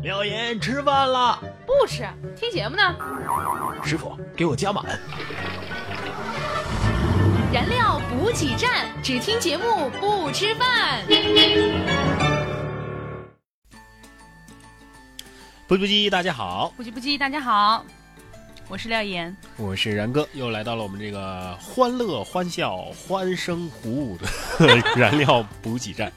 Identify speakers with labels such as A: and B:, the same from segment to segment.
A: 廖岩吃饭了，
B: 不吃，听节目呢。
A: 师傅给我加满。
B: 燃料补给站，只听节目不吃饭。
A: 不不鸡，大家好，
B: 不急不急，大家好，我是廖岩。
A: 我是然哥，又来到了我们这个欢乐、欢笑、欢声鼓舞 的燃料补给站。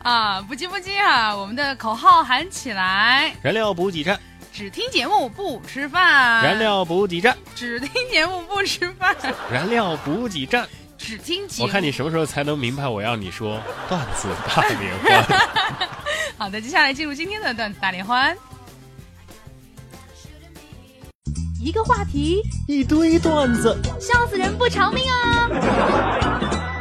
B: 啊，不急不急啊，我们的口号喊起来，
A: 燃料补给站，
B: 只听节目不吃饭。
A: 燃料补给站，
B: 只听节目不吃饭，
A: 燃料补给站。
B: 只听节目。
A: 我看你什么时候才能明白我要你说段子大联欢？
B: 好的，接下来进入今天的段子大联欢。
C: 一个话题，
A: 一堆段子。
C: 笑死人不偿命 啊！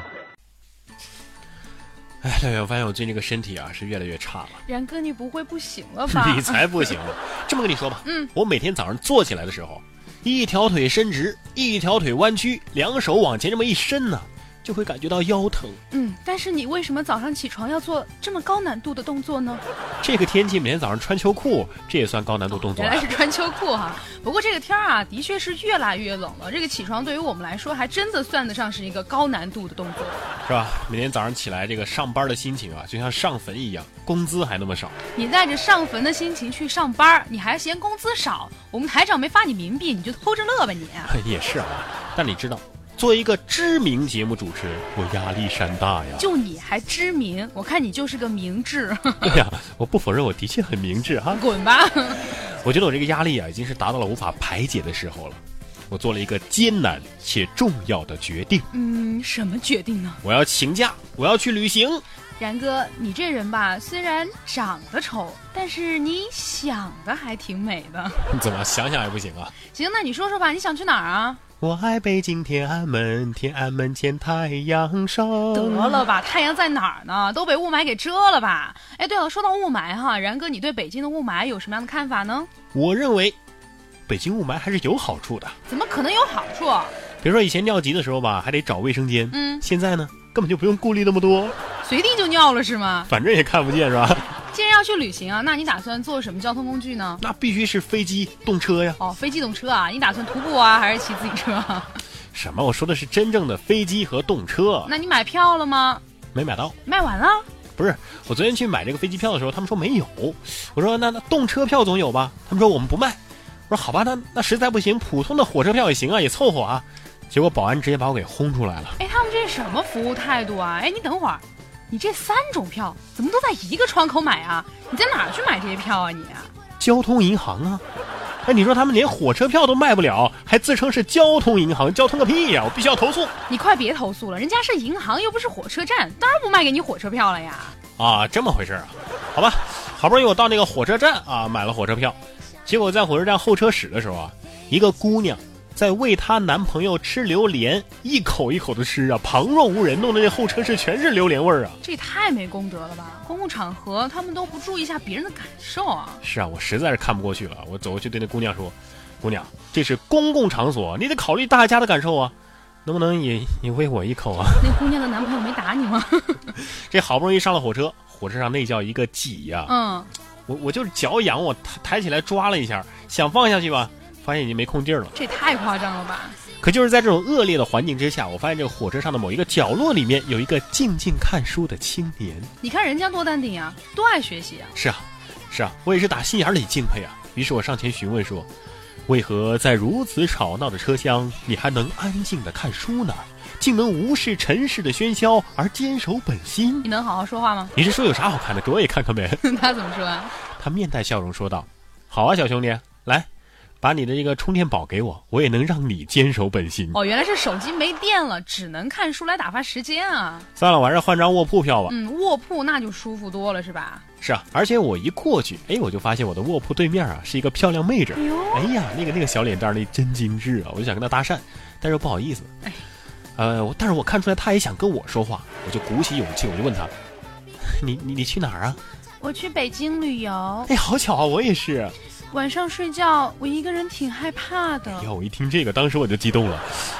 A: 哎，廖岩，我发现我最近这个身体啊是越来越差了。
B: 然哥，你不会不行了吧
A: 你才不行呢！这么跟你说吧，
B: 啊嗯，
A: 我每天早上坐起来的时候，一条腿伸直，一条腿弯曲，两手往前这么一伸呢、就会感觉到腰疼。
B: 嗯，但是你为什么早上起床要做这么高难度的动作呢？
A: 这个天气每天早上穿秋裤，这也算高难度动作
B: 原
A: 啊
B: 来。是穿秋裤哈。不过这个天儿啊，的确是越来越冷了。这个起床对于我们来说，还真的算得上是一个高难度的动作。
A: 是吧？每天早上起来，这个上班的心情啊，就像上坟一样，工资还那么少。
B: 你带着上坟的心情去上班儿，你还嫌工资少？我们台长没发你冥币，你就偷着乐吧你。
A: 也是啊，但你知道，作为一个知名节目主持人，我压力山大呀。
B: 就你还知名，我看你就是个明智，
A: 对哎呀、我不否认，我的确很明智啊哈、
B: 滚吧！
A: 我觉得我这个压力啊，已经是达到了无法排解的时候了。我做了一个艰难且重要的决定，
B: 嗯，什么决定呢？
A: 我要请假，我要去旅行。
B: 然哥，你这人吧，虽然长得丑，但是你想的还挺美的。
A: 怎么想想也不行啊？
B: 行，那你说说吧，你想去哪儿啊？
A: 我爱北京天安门，天安门前太阳升。
B: 得了吧，太阳在哪儿呢？都被雾霾给遮了吧？哎，对了，说到雾霾哈，然哥，你对北京的雾霾有什么样的看法呢？
A: 我认为，北京雾霾还是有好处的。
B: 怎么可能有好处？
A: 比如说以前尿急的时候吧，还得找卫生间，
B: 嗯，
A: 现在呢，根本就不用顾虑那么多，
B: 随地就尿了是吗？
A: 反正也看不见，是吧？
B: 既然要去旅行啊，那你打算坐什么交通工具呢？
A: 那必须是飞机、动车呀。
B: 哦，非机动车啊，你打算徒步啊，还是骑自行车啊？
A: 什么？我说的是真正的飞机和动车，
B: 那你买票了吗？
A: 没买到。
B: 卖完了？
A: 不是，我昨天去买这个飞机票的时候，他们说没有。我说那那动车票总有吧？他们说我们不卖。我说好吧，那那实在不行，普通的火车票也行啊，也凑合啊。结果保安直接把我给轰出来了。
B: 哎，他们这是什么服务态度啊？哎，你等会儿，你这三种票怎么都在一个窗口买啊？你在哪儿去买这些票啊你？
A: 交通银行啊，哎，你说他们连火车票都卖不了，还自称是交通银行，交通个屁呀、我必须要投诉
B: 你快别投诉了，人家是银行又不是火车站，当然不卖给你火车票了呀。
A: 啊！这么回事啊？好吧，好不容易我到那个火车站啊，买了火车票，结果在火车站候车室的时候啊，一个姑娘。在喂她男朋友吃榴莲，一口一口的吃啊，旁若无人，弄得这候车室全是榴莲味儿啊！
B: 这也太没功德了吧！公共场合他们都不注意一下别人的感受啊。
A: 是啊，我实在是看不过去了，我走过去对那姑娘说：“姑娘，这是公共场所，你得考虑大家的感受啊，能不能也也喂我一口啊？”
B: 那姑娘的男朋友没打你吗？
A: 这好不容易上了火车，火车上那叫一个挤呀、
B: 嗯，
A: 我我就是脚痒，我抬抬起来抓了一下，想放下去吧，发现已经没空劲儿了。
B: 这也太夸张了吧！
A: 可就是在这种恶劣的环境之下，我发现这个火车上的某一个角落里面有一个静静看书的青年。
B: 你看人家多淡定啊，多爱学习啊！
A: 是啊，是啊，我也是打心眼里敬佩啊。于是我上前询问说：“为何在如此吵闹的车厢，你还能安静的看书呢？竟能无视尘世的喧嚣而坚守本心
B: 你？能好好说话吗？
A: 你是说有啥好看的？给我也看看呗。”
B: 他怎么说啊？
A: 他面带笑容说道：“好啊，小兄弟，来，把你的这个充电宝给我，我也能让你坚守本心。
B: 哦，原来是手机没电了，只能看书来打发时间啊。
A: 算了，我还是换张卧铺票吧。
B: 嗯，卧铺那就舒服多了，是吧？
A: 是啊，而且我一过去，哎，我就发现我的卧铺对面啊是一个漂亮妹子。
B: 哦
A: 哎呀，那个那个小脸蛋儿，那真精致啊！我就想跟她搭讪，但是又不好意思。
B: 哎
A: 呃，我但是我看出来她也想跟我说话，我就鼓起勇气，我就问她：你你你去哪儿啊？
B: 我去北京旅游，
A: 哎，好巧啊，我也是。
B: 晚上睡觉我一个人挺害怕的
A: 哎呀，我一听这个，当时我就激动了。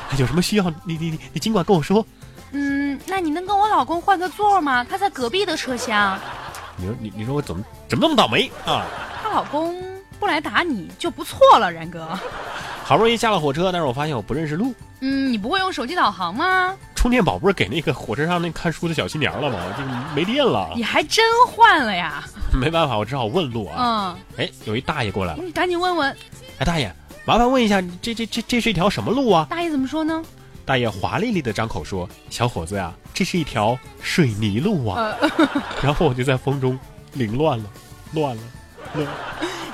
A: 哎有什么需要，你你你你尽管跟我说。
B: 嗯，那你能跟我老公换个座吗？他在隔壁的车厢。
A: 你说你你说我怎么怎么那么倒霉啊？
B: 他她老公不来打你就不错了，然哥。
A: 好不容易下了火车，但是我发现我不认识路。
B: 嗯，你不会用手机导航吗？
A: 充电宝不是给那个火车上那看书的小新娘了吗？就没电了，
B: 你还真换了呀？
A: 没办法，我只好问路啊。
B: 嗯，
A: 哎，有一大爷过来了，
B: 你嗯赶紧问问
A: 哎，大爷，麻烦问一下，这这这这是一条什么路啊？
B: 大爷怎么说呢？
A: 大爷华丽丽的张口说：“小伙子呀、这是一条水泥路啊。
B: 呃，
A: 然后我就在风中凌乱了，乱了。乱了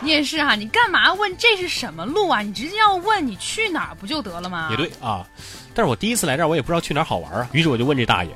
B: 你也是哈、你干嘛问这是什么路啊？你直接要问你去哪儿不就得了吗？
A: 也对啊，但是我第一次来这儿，我也不知道去哪儿好玩啊。于是我就问这大爷：“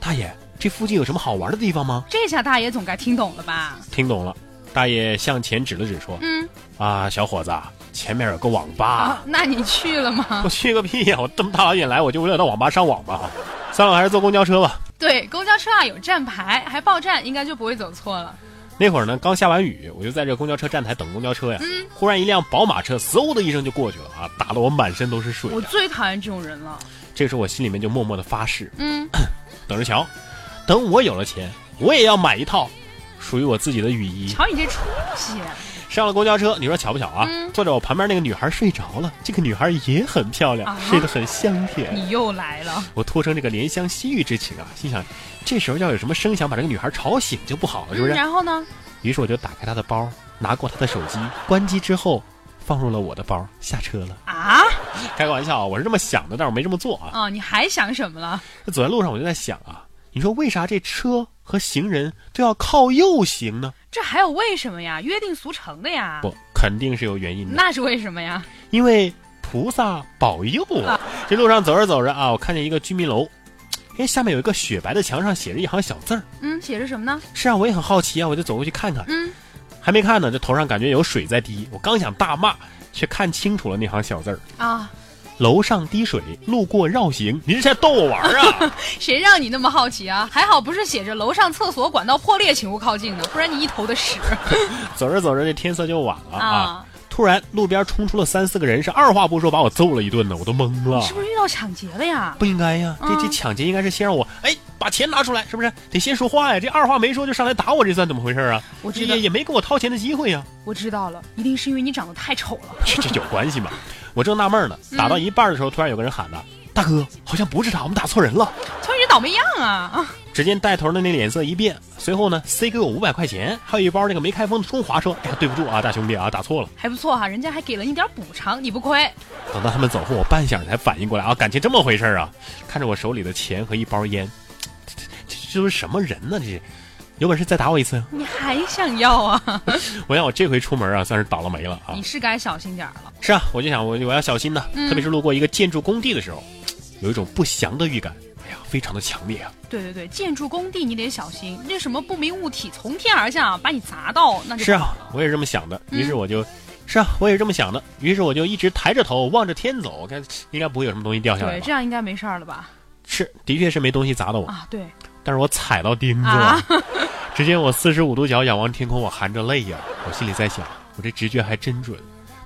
A: 大爷，这附近有什么好玩的地方吗
B: 这下大爷总该听懂了吧？？”
A: 听懂了，大爷向前指了指说
B: 嗯，：“
A: 啊，小伙子，前面有个网吧。
B: 啊，那你去了吗？
A: 我去个屁呀！我这么大老远来，我就为了到网吧上网吧。算了，我还是坐公交车吧。
B: 对，公交车啊有站牌，还报站，应该就不会走错了。
A: 那会儿呢，刚下完雨，我就在这公交车站台等公交车呀。
B: 嗯，
A: 忽然一辆宝马车嗖的一声就过去了啊，打得我满身都是水
B: 我
A: 呀。
B: 最讨厌这种人了。
A: 这时候我心里面就默默的发誓，
B: 嗯，
A: 等着瞧，等我有了钱，我也要买一套属于我自己的雨衣。
B: 瞧你这出息，
A: 上了公交车，你说巧不巧啊？
B: 嗯
A: 坐在我旁边那个女孩睡着了，这个女孩也很漂亮，
B: 啊
A: 睡得很香甜。
B: 你又来了。
A: 我托生这个怜香惜玉之情啊，心想这时候要有什么声响把这个女孩吵醒就不好了，是不
B: 嗯
A: 是？
B: 然后呢？
A: 于是我就打开她的包，拿过她的手机，关机之后放入了我的包，下车了。
B: 啊？
A: 开个玩笑啊，我是这么想的，但是我没这么做啊。
B: 哦，你还想什么了？
A: 这走在路上我就在想啊，你说为啥这车和行人都要靠右行呢？
B: 这还有为什么呀？约定俗成的呀。
A: 不，肯定是有原因的。
B: 那是为什么呀？
A: 因为菩萨保佑啊！这路上走着走着啊，我看见一个居民楼，哎，下面有一个雪白的墙上写着一行小字儿。
B: 嗯，写着什么呢？
A: 是啊，我也很好奇啊，我就走过去看看。
B: 嗯，
A: 还没看呢，这头上感觉有水在滴，我刚想大骂，却看清楚了那行小字儿：
B: 啊，
A: 楼上滴水，路过绕行。您这是在逗我玩儿啊？
B: 谁让你那么好奇啊？还好不是写着楼上厕所管道破裂，请勿靠近呢，不然你一头的屎
A: 走着走着，这天色就晚了啊！
B: 啊！
A: 突然路边冲出了三四个人，是二话不说把我揍了一顿呢，我都懵了
B: 你。是不是遇到抢劫了呀？
A: 不应该呀，这这
B: 嗯
A: 抢劫应该是先让我哎把钱拿出来，是不是？得先说话呀，这二话没说就上来打我，这算怎么回事啊？
B: 我知道
A: 也，也没给我掏钱的机会呀，
B: 我知道了，一定是因为你长得太丑了。
A: 这这有关系吗？我正纳闷呢，打到一半的时候，突然有个人喊呐：“大哥，好像不是他，我们打错人了。
B: 瞧你这倒霉样啊！”
A: 只见带头的那脸色一变，随后呢塞给我五百块钱，还有一包那个没开封的中华，说：“哎呀，对不住啊，大兄弟啊，打错了。
B: 还不错哈、人家还给了你点补偿，你不亏。”
A: 等到他们走后，我半晌才反应过来啊，感情这么回事儿啊！看着我手里的钱和一包烟，这这这这都是什么人呢？这是有本事再打我一次啊！
B: 你还想要啊？
A: 我想我这回出门啊，算是倒了霉了啊
B: 你！是该小心点儿了。
A: 是啊，我就想我我要小心呐、
B: 嗯
A: 特别是路过一个建筑工地的时候，有一种不祥的预感，哎呀，非常的强烈啊！
B: 对对对，建筑工地你得小心，那什么不明物体从天而降把你砸到，那就是嗯
A: 啊，我也是这么想的，于是我就。是啊，我也是这么想的。于是我就一直抬着头望着天走，看应该不会有什么东西掉下来
B: 对，
A: 吧
B: 这？样应该没事儿了吧？
A: 是，的确是没东西砸到我，
B: 啊，对
A: 但是我踩到钉子了。
B: 啊，
A: 只见我四十五度角仰望天空，我含着泪呀、我心里在想，我这直觉还真准，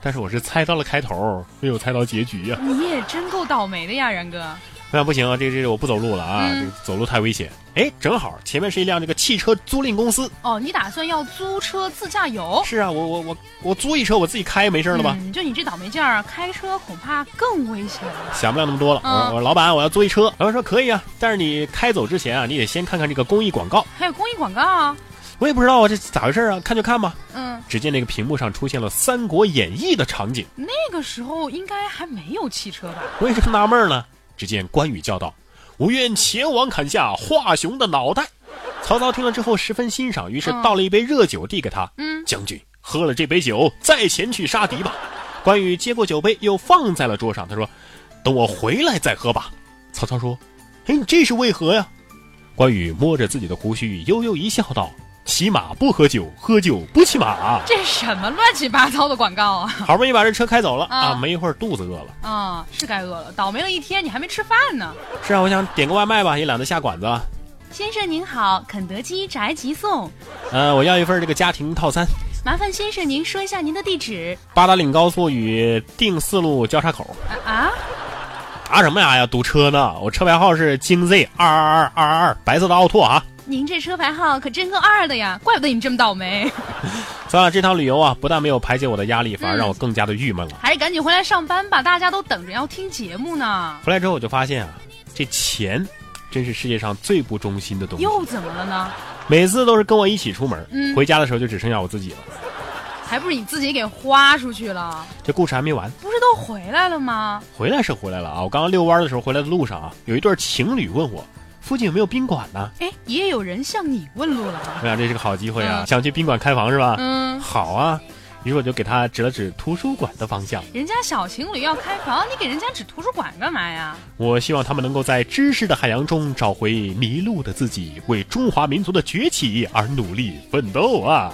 A: 但是我是猜到了开头，没有猜到结局呀、
B: 你也真够倒霉的呀，然哥。
A: 那不行啊，这这我不走路了啊，
B: 嗯
A: 这走路太危险。哎，正好前面是一辆这个汽车租赁公司。
B: 哦，你打算要租车自驾游？
A: 是啊，我我我我租一车，我自己开没事了吧？
B: 嗯，就你这倒霉劲儿，开车恐怕更危险了。
A: 想不了那么多了。我
B: 嗯
A: 说我说老板，我要租一车。老板说可以啊，但是你开走之前啊，你得先看看这个公益广告。
B: 还有公益广告啊，
A: 我也不知道啊，这咋回事啊？看就看吧。
B: 嗯，
A: 只见那个屏幕上出现了《三国演义》的场景，
B: 那个时候应该还没有汽车吧？
A: 我也是纳闷呢。只见关羽叫道：“我愿前往砍下华雄的脑袋。”曹操听了之后十分欣赏，于是
B: 嗯
A: 倒了一杯热酒递给他。
B: 嗯，
A: 将军，喝了这杯酒，再前去杀敌吧。关羽接过酒杯，又放在了桌上。他说：“等我回来再喝吧。”曹操说：“哎，你这是为何呀？”关羽摸着自己的胡须，悠悠一笑，道：“骑马不喝酒，喝酒不骑马。
B: 这什么乱七八糟的广告啊？”
A: 好不容易把这车开走了
B: 啊
A: 啊，没一会儿肚子饿了。
B: 啊、是该饿了，倒霉了一天，你还没吃饭呢。
A: 是啊，我想点个外卖吧，也懒得下馆子啊。
C: 先生您好，肯德基宅急送，
A: 呃，我要一份这个家庭套餐，
C: 麻烦先生您说一下您的地址。
A: 八达岭高速与定四路交叉口。
B: 啊啊，
A: 啊什么呀哎呀，堵车呢！我车牌号是京 Z 二二二二二二，白色的奥拓啊。
B: 您这车牌号可真够二的呀，怪不得你这么倒霉。
A: 所以啊，这趟旅游啊，不但没有排解我的压力，反而
B: 嗯
A: 让我更加的郁闷了。
B: 还是赶紧回来上班吧，大家都等着要听节目呢。
A: 回来之后我就发现啊，这钱真是世界上最不忠心的东西，
B: 又怎么了呢？
A: 每次都是跟我一起出门，
B: 嗯
A: 回家的时候就只剩下我自己了。
B: 还不是你自己给花出去了？
A: 这故事还没完，
B: 不是都回来了吗？
A: 回来是回来了啊，我刚刚遛弯的时候回来的路上啊，有一对情侣问我附近有没有宾馆呢？
B: 哎，也有人向你问路了哈。
A: 我想这是个好机会啊，
B: 嗯
A: 想去宾馆开房是吧？
B: 嗯，
A: 好啊，于是我就给他指了指图书馆的方向。
B: 人家小情侣要开房，你给人家指图书馆干嘛呀？
A: 我希望他们能够在知识的海洋中找回迷路的自己，为中华民族的崛起而努力奋斗啊！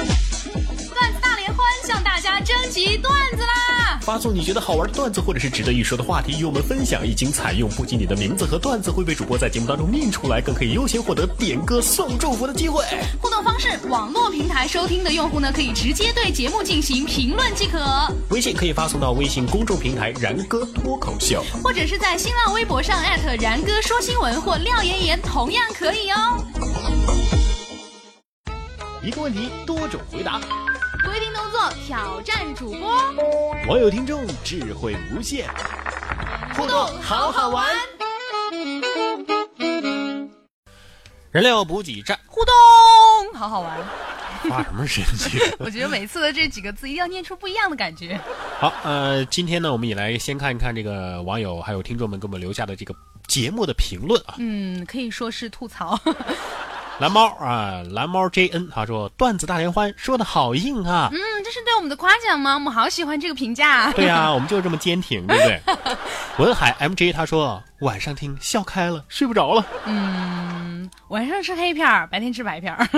B: 段子大联欢向大家征集段子啦！
A: 发送你觉得好玩的段子或者是值得一说的话题与我们分享，一经采用，不仅你的名字和段子会被主播在节目当中念出来，更可以优先获得点歌送祝福的机会。
B: 互动方式：网络平台收听的用户呢，可以直接对节目进行评论即可，
A: 微信可以发送到微信公众平台“然哥脱口秀
B: 或者是在新浪微博上艾特然哥说新闻或廖妍妍，同样可以哦。”。
A: 一个问题多种回答，
B: 规定动作挑战主播，
A: 网友听众智慧无限，互动好好玩。人料补给站
B: 互动，好好玩。
A: 发什么神经？
B: 我觉得每次的这几个字一定要念出不一样的感觉。
A: 好，呃，今天呢，我们也来先看一看这个网友还有听众们给我们留下的这个节目的评论啊。
B: 嗯，可以说是吐槽。
A: 蓝猫啊，蓝猫 JN 他说段子大联欢说的好硬啊，
B: 嗯，这是对我们的夸奖吗？我们好喜欢这个评价。 啊
A: 对呀、啊我们就是这么坚挺，对不 对？文海 MJ 他说晚上听笑开了，睡不着了。
B: 嗯，晚上吃黑片儿，白天吃白片儿。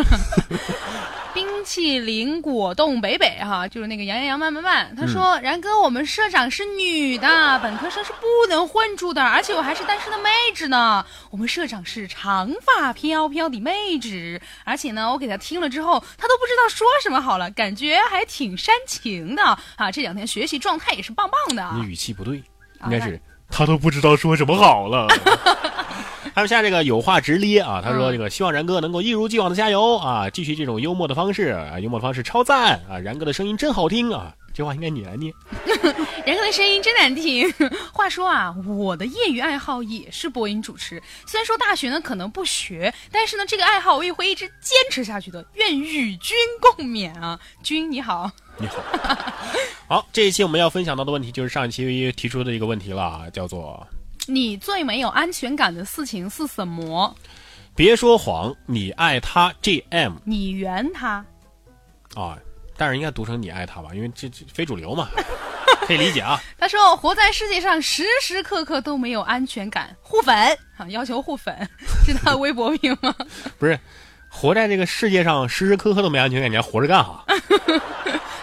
B: 冰淇淋果冻北北哈，就是那个杨洋洋慢慢慢，他说：“
A: 嗯
B: 然哥，我们社长是女的，本科生是不能混住的，而且我还是单身的妹纸呢。我们社长是长发飘飘的妹纸，而且呢，我给他听了之后，他都不知道说什么好了，感觉还挺煽情的啊。这两天学习状态也是棒棒的。啊
A: 你语气不对，应该是他都不知道说什么好了。还有下这个有话直咧啊，他说
B: 嗯
A: 这个希望然哥能够一如既往的加油啊，继续这种幽默的方式啊，幽默的方式超赞啊，然哥的声音真好听啊，这话应该你来念。
B: 然哥的声音真难听。 话说啊，我的业余爱好也是播音主持，虽然说大学呢可能不学，但是呢这个爱好我也会一直坚持下去的。愿与君共勉啊，君你好。
A: 你好，好，这一期我们要分享到的问题就是上一期提出的一个问题了啊，叫做
B: 你最没有安全感的事情是什么？
A: 别说谎，你爱他 GM
B: 你圆他。
A: 啊，但是应该读成你爱他吧，因为这这非主流嘛，可以理解啊。
B: 他说：“活在世界上，时时刻刻都没有安全感。互粉啊，要求互粉， 是他的微博名吗？
A: 不是，活在这个世界上，时时刻刻都没安全感，你还活着干啥？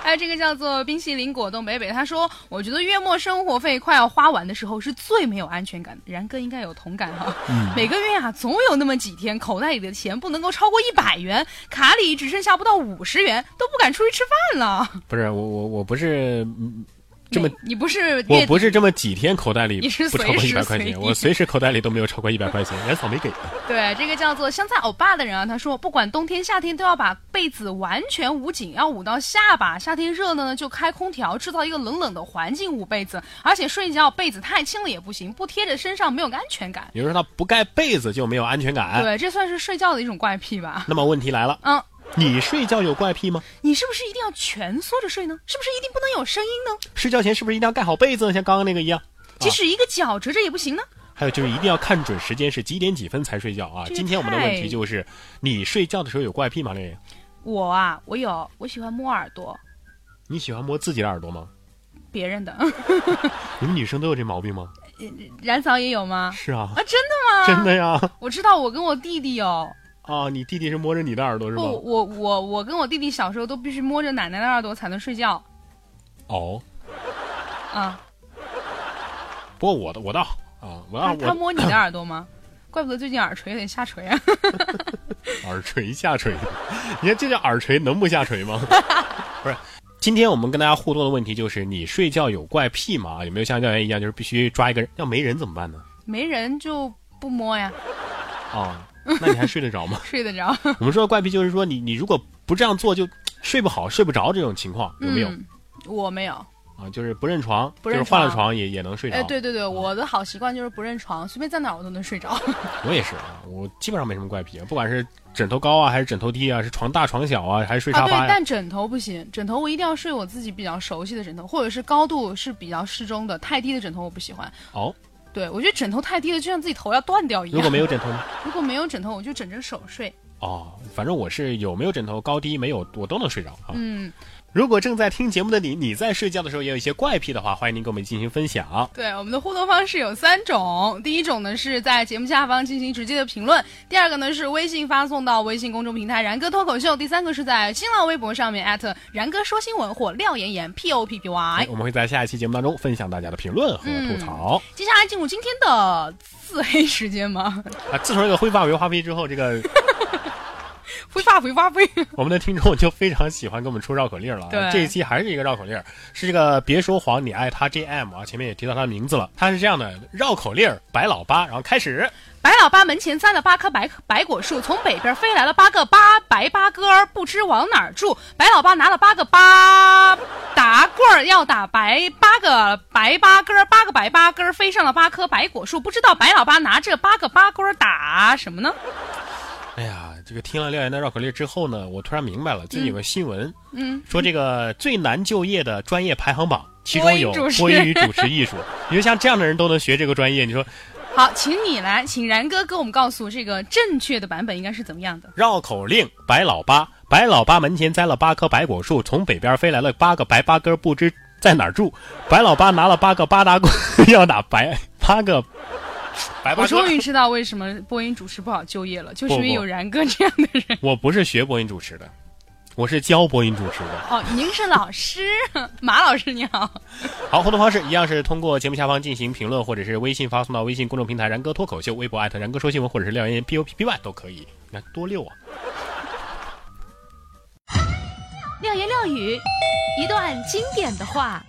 B: 还有哎这个叫做冰淇淋果冻北北，他说：“我觉得月末生活费快要花完的时候是最没有安全感的。然哥应该有同感哈、
A: 嗯
B: 每个月啊总有那么几天，口袋里的钱不能够超过一百元，卡里只剩下不到五十元，都不敢出去吃饭了。
A: 不是，我我我不是嗯这么
B: 你，你不是
A: 我
B: 月
A: 不是这么几天口袋里
B: 你是
A: 不超过
B: 随
A: 一
B: 时
A: 百块
B: 随
A: 钱，
B: 地
A: 我随时口袋里都没有超过一百块钱，人草没给。
B: 对这个叫做香菜欧巴的人啊，他说不管冬天夏天都要把被子完全捂紧，要捂到下巴。夏天热了呢，就开空调，制造一个冷冷的环境捂被子，而且睡觉被子太轻了也不行，不贴着身上没有个安全感。”
A: 有人说他不盖被子就没有安全感。
B: 对，这算是睡觉的一种怪癖吧。
A: 那么问题来了，
B: 嗯，
A: 你睡觉有怪癖吗？
B: 你是不是一定要蜷缩着睡呢？是不是一定不能有声音呢？
A: 睡觉前是不是一定要盖好被子，像刚刚那个一样？
B: 即使一个脚折着也不行呢？
A: 还有就是一定要看准时间是几点几分才睡觉啊！
B: 这个
A: 今天我们的问题
B: 太
A: 就是，你睡觉的时候有怪癖吗？这
B: 我啊，我有，我喜欢摸耳朵，
A: 你喜欢摸自己的耳朵吗？
B: 别人的。
A: 你们女生都有这毛病吗？
B: 燃嫂也有吗？
A: 是啊，
B: 啊，真的吗？
A: 真。的呀！
B: 我知道，我跟我弟弟有。
A: 啊，你弟弟是摸着你的耳朵是
B: 不，
A: 吗？
B: 我我我跟我弟弟小时候都必须摸着奶奶的耳朵才能睡觉
A: 哦，
B: 啊。
A: 不过我的我倒啊，我要
B: 他他
A: 我
B: 摸你的耳朵吗？ 怪不得最近耳垂有点下垂啊。
A: 耳垂下垂，你看这叫耳垂能不下垂吗？ 不是。今天我们跟大家互动的问题就是，你睡觉有怪癖吗？有没有像廖岩一样，就是必须抓一个人？要没人怎么办呢？
B: 没人就不摸呀。？
A: 啊，那你还睡得着吗
B: 睡得着，
A: 我们说的怪癖就是说你你如果不这样做就睡不好、睡不着这种情况有没有、
B: 嗯？我没有。
A: 啊？就是不认床，
B: 不认
A: 就是换了
B: 床
A: 床也也能睡着。
B: 哎，对对对，我的好习惯就是不认床，随便在哪儿我都能睡着。
A: 我也是啊，我基本上没什么怪癖，不管是枕头高啊，还是枕头低啊，是床大床小啊，还是睡
B: 啊，
A: 沙
B: 对，
A: 发呀、
B: 但枕头不行，枕头我一定要睡我自己比较熟悉的枕头，或者是高度是比较适中的，太低的枕头我不喜欢。
A: 哦，
B: 对，我觉得枕头太低了，就像自己头要断掉一样。
A: 如果没有枕头呢？
B: 如果没有枕头，我就枕着手睡。
A: 哦，反正我是有没有枕头高低没有，我都能睡着啊。
B: 嗯，
A: 如果正在听节目的你，你在睡觉的时候也有一些怪癖的话，欢迎您跟我们进行分享。
B: 对，我们的互动方式有三种，第一种呢是在节目下方进行直接的评论，第二个呢是微信发送到微信公众平台“然哥脱口秀”，第三个是在新浪微博上面艾特“然哥说新闻”或“廖妍妍 P O P P Y”。
A: 哎我们会在下一期节目当中分享大家的评论和吐槽。
B: 接下来进入今天的自黑时间吗？
A: 啊，自从这个灰发为花呗之后，这个
B: 会发会发会。
A: 我们的听众就非常喜欢给我们出绕口令了啊。
B: 对
A: 这一期还是一个绕口令，是这个别说谎，你爱他 JM 啊，前面也提到他的名字了。他是这样的绕口令儿，白老八，然后开始。
B: 白老八门前栽了八棵白白果树，从北边飞来了八个八白八哥儿，不知往哪儿住。白老八拿了八个八打棍儿，要打白八个白八哥儿，八个白八哥儿飞上了八棵白果树，不知道白老八拿这八个八棍儿打什么呢？
A: 哎呀，这个听了廖岩的绕口令之后呢，我突然明白了，最近有个新闻，
B: 嗯，
A: 说这个最难就业的专业排行榜，其中有
B: 播音主持
A: 播音与主持艺术。你说像这样的人都能学这个专业，你说
B: 好，请你来，请然哥给我们告诉这个正确的版本应该是怎么样的？
A: 绕口令白老八，白老八门前栽了八棵白果树，从北边飞来了八个白八哥，不知在哪儿住。白老八拿了八个八大棍， 要打白八个白八哥
B: 我终。于知道为什么播音主持不好就业了，就是因为
A: 不不
B: 有然哥这样的人。
A: 我不是学播音主持的，我是教播音主持的。
B: 哦，您是老师， 马老师你好。
A: 好，互动方式一样是通过节目下方进行评论，或者是微信发送到微信公众平台“然哥脱口秀”，微博艾特“然哥说新闻”或者是廖岩 P O P P Y 都可以。你看多溜啊！
C: 廖言廖语，一段经典的话。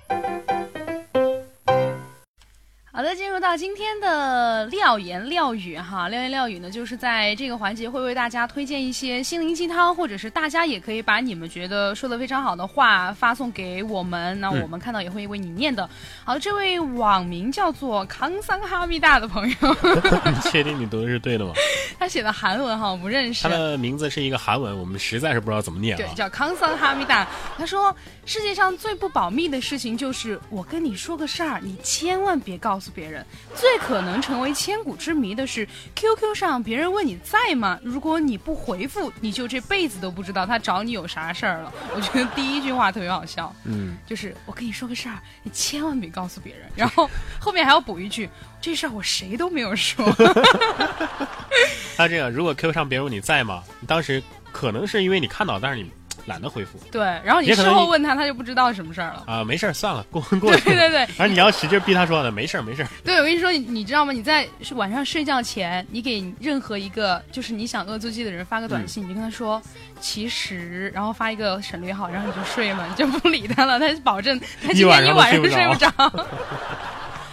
B: 好的，进入到今天的廖言廖语哈，廖言廖语呢，就是在这个环节会为大家推荐一些心灵鸡汤，或者是大家也可以把你们觉得说的非常好的话发送给我们，那
A: 嗯
B: 我们看到也会为你念的。好的，这位网名叫做康桑哈密大的朋友，
A: 你确定你读的是对的吗？
B: 他写的韩文哈，我不认识
A: 他。的名字是一个韩文，我们实在是不知道怎么念
B: 对，
A: 啊。
B: 叫康桑哈密达。他说，世界上最不保密的事情就是我跟你说个事儿，你千万别告诉别人。最可能成为千古之谜的是，QQ 上别人问你在吗？如果你不回复，你就这辈子都不知道他找你有啥事儿了。我觉得第一句话特别好笑，
A: 嗯，
B: 就是我跟你说个事儿，你千万别告诉别人。然后后面还要补一句，这事儿我谁都没有 说。
A: 他这个如果 Q 上别人问你在吗？你当时可能是因为你看到，但是你懒得回复
B: 对，然后你
A: 也可
B: 事
A: 能
B: 后
A: 你
B: 问他，他就不知道什么事儿了。
A: 啊，没事儿，算了，过过
B: 对
A: 去。
B: 对对，
A: 而你要使劲逼他说呢，没事儿没事儿，
B: 对，我跟你说，你你知道吗？你在晚上睡觉前，你给任何一个就是你想恶作剧的人发个短信，你就跟他说“其实”，然后发一个省略号，然后你就睡了，你就不理他了。他保证他今天一晚上睡不着。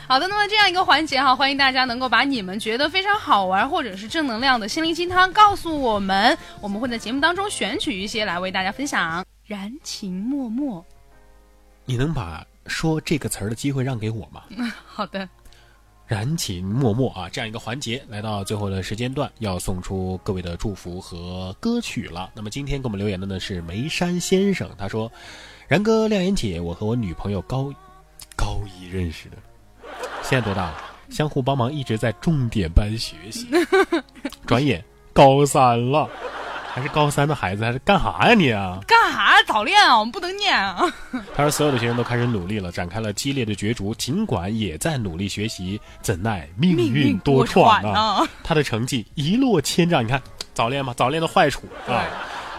B: 好的，那么这样一个环节哈，欢迎大家能够把你们觉得非常好玩或者是正能量的心灵鸡汤告诉我们，我们会在节目当中选取一些来为大家分享。燃情脉脉，
A: 你能把说这个词儿的机会让给我吗？
B: 好的，
A: 燃起默默啊，这样一个环节，来到最后的时间段，要送出各位的祝福和歌曲了。那么今天给我们留言的呢是梅山先生，他说：“然哥、亮妍姐，我和我女朋友高高一认识的，现在多大了？相互帮忙，一直在重点班学习，转眼高三了，还是高三的孩子，还是干啥呀你啊？”
B: 干啥早恋啊？我们不能念啊。
A: 他说：“所有的学生都开始努力了，展开了激烈的角逐，尽管也在努力学习，怎奈命运多舛啊！
B: 啊！
A: 他的成绩一落千丈。你看，早恋嘛，早恋的坏处啊。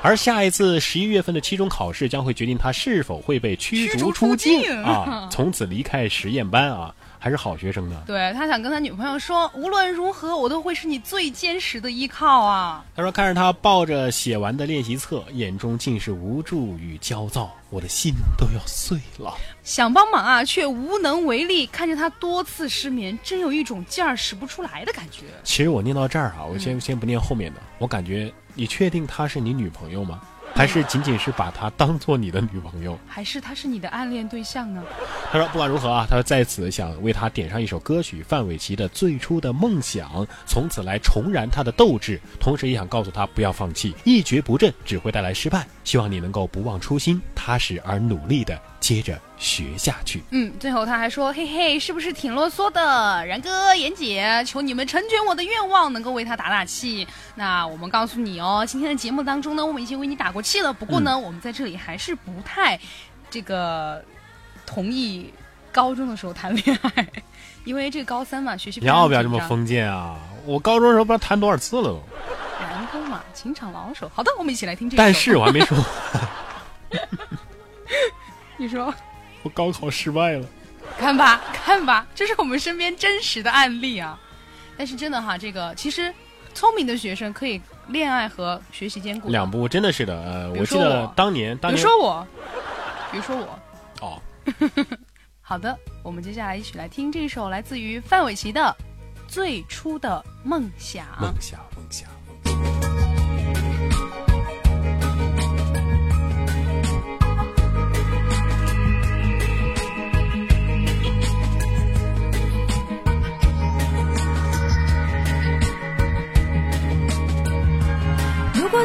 A: 而下一次十一月份的期中考试将会决定他是否会被驱
B: 驱
A: 逐
B: 逐出
A: 境
B: 境
A: 啊，从此离开实验班啊。”还是好学生呢。
B: 对他想跟他女朋友说，无论如何我都会是你最坚实的依靠啊。
A: 他说：“看着他抱着写完的练习册，眼中尽是无助与焦躁，我的心都要碎了。
B: 想帮忙啊，却无能为力。看着他多次失眠，真有一种劲儿使不出来的感觉。”
A: 其实我念到这儿啊，我先先不念后面的，我感觉你确定她是你女朋友吗？还是仅仅是把她当做你的女朋友？
B: 还是他是你的暗恋对象呢？
A: 他说：“不管如何啊，他在此想为他点上一首歌曲，范玮琪的《最初的梦想》，从此来重燃他的斗志，同时也想告诉他不要放弃，一蹶不振只会带来失败。希望你能够不忘初心，踏实而努力的接着学下去。
B: 嗯，最后他还说：“嘿嘿，是不是挺啰嗦的？然哥、妍姐，求你们成全我的愿望，能够为他打打气。”那我们告诉你哦，今天的节目当中呢，我们已经为你打过气了。不过呢，
A: 嗯
B: 我们在这里还是不太这个同意高中的时候谈恋爱，因为这个高三嘛，学习
A: 你要不要这
B: 非
A: 么
B: 常紧张
A: 封建啊？我高中时候不知道谈多少次了都，
B: 然哎哥嘛，情场老手。好的，我们一起来听这首。
A: 但是我还没说，
B: 你说，
A: 我高考失败 了。
B: 看吧，看吧，这是我们身边真实的案例啊。但是真的哈，这个其实聪明的学生可以恋爱和学习兼顾。
A: 两部真的是的，呃，我
B: 比如
A: 记
B: 说
A: 得
B: 我
A: 当年，
B: 比
A: 当
B: 如
A: 年
B: 说我，比如说我。
A: 哦，
B: 好的，我们接下来一起来听这首来自于范玮琪的《最初的梦想》。
A: 梦想，梦想，梦想。
D: 如果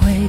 D: 会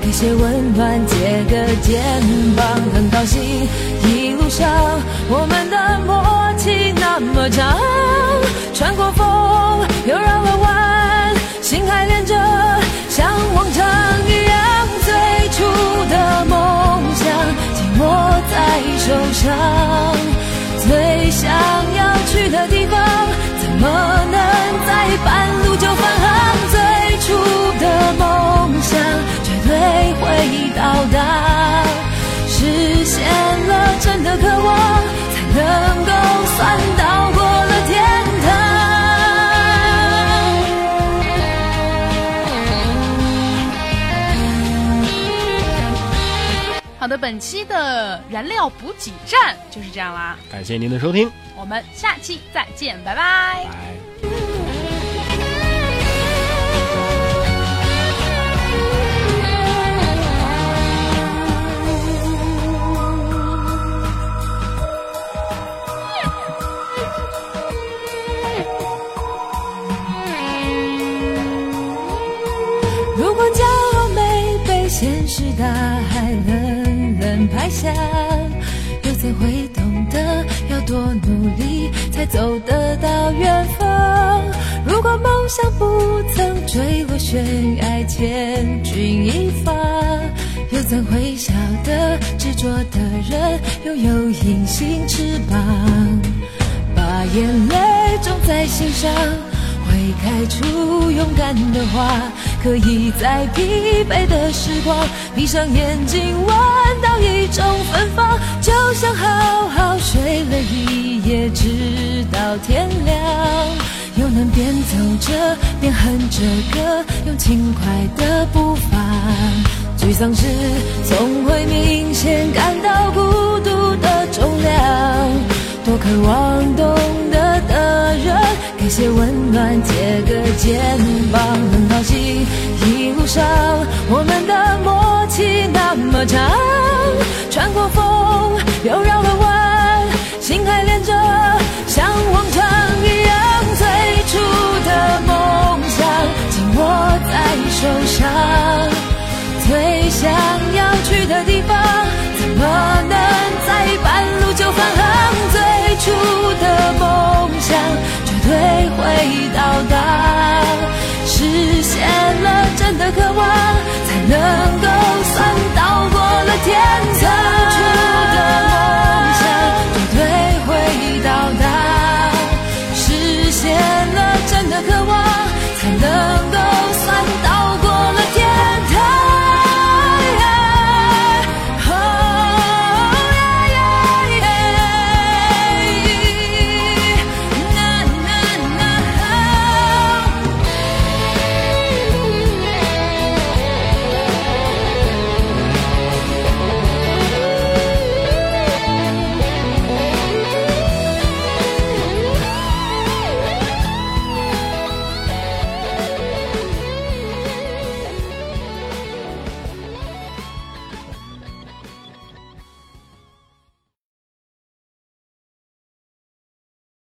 D: 给些温暖，借个肩膀。很高兴一路上我们的默契那么长，穿过风又绕了弯，心还连着，像往常一样最初的梦想紧握在手上，最想要去的地方，怎么能在半路就返航？最初的梦想绝对会到达，实现了真的渴望，才能够算到过了天堂。
B: 好的，本期的燃料补给站就是这样啦，
A: 感谢您的收听，
B: 我们下期再见，拜拜。
A: 拜。
D: 如果骄傲没被现实大海冷冷拍下，又怎会懂得要多努力才走得到远方？如果梦想不曾坠落悬崖，千钧一发，又怎会晓得执着的人拥有隐形翅膀？把眼泪种在心上，会开出勇敢的花。可以在疲惫的时光，闭上眼睛闻到一种芬芳，就像好好睡了一夜，直到天亮。又能边走着边哼着歌，用轻快的步伐。沮丧时总会明显感到孤独的重量，多渴望懂得的人，给感谢温暖，借个肩膀，很高兴一路上我们的默契那么长，穿过风，又让。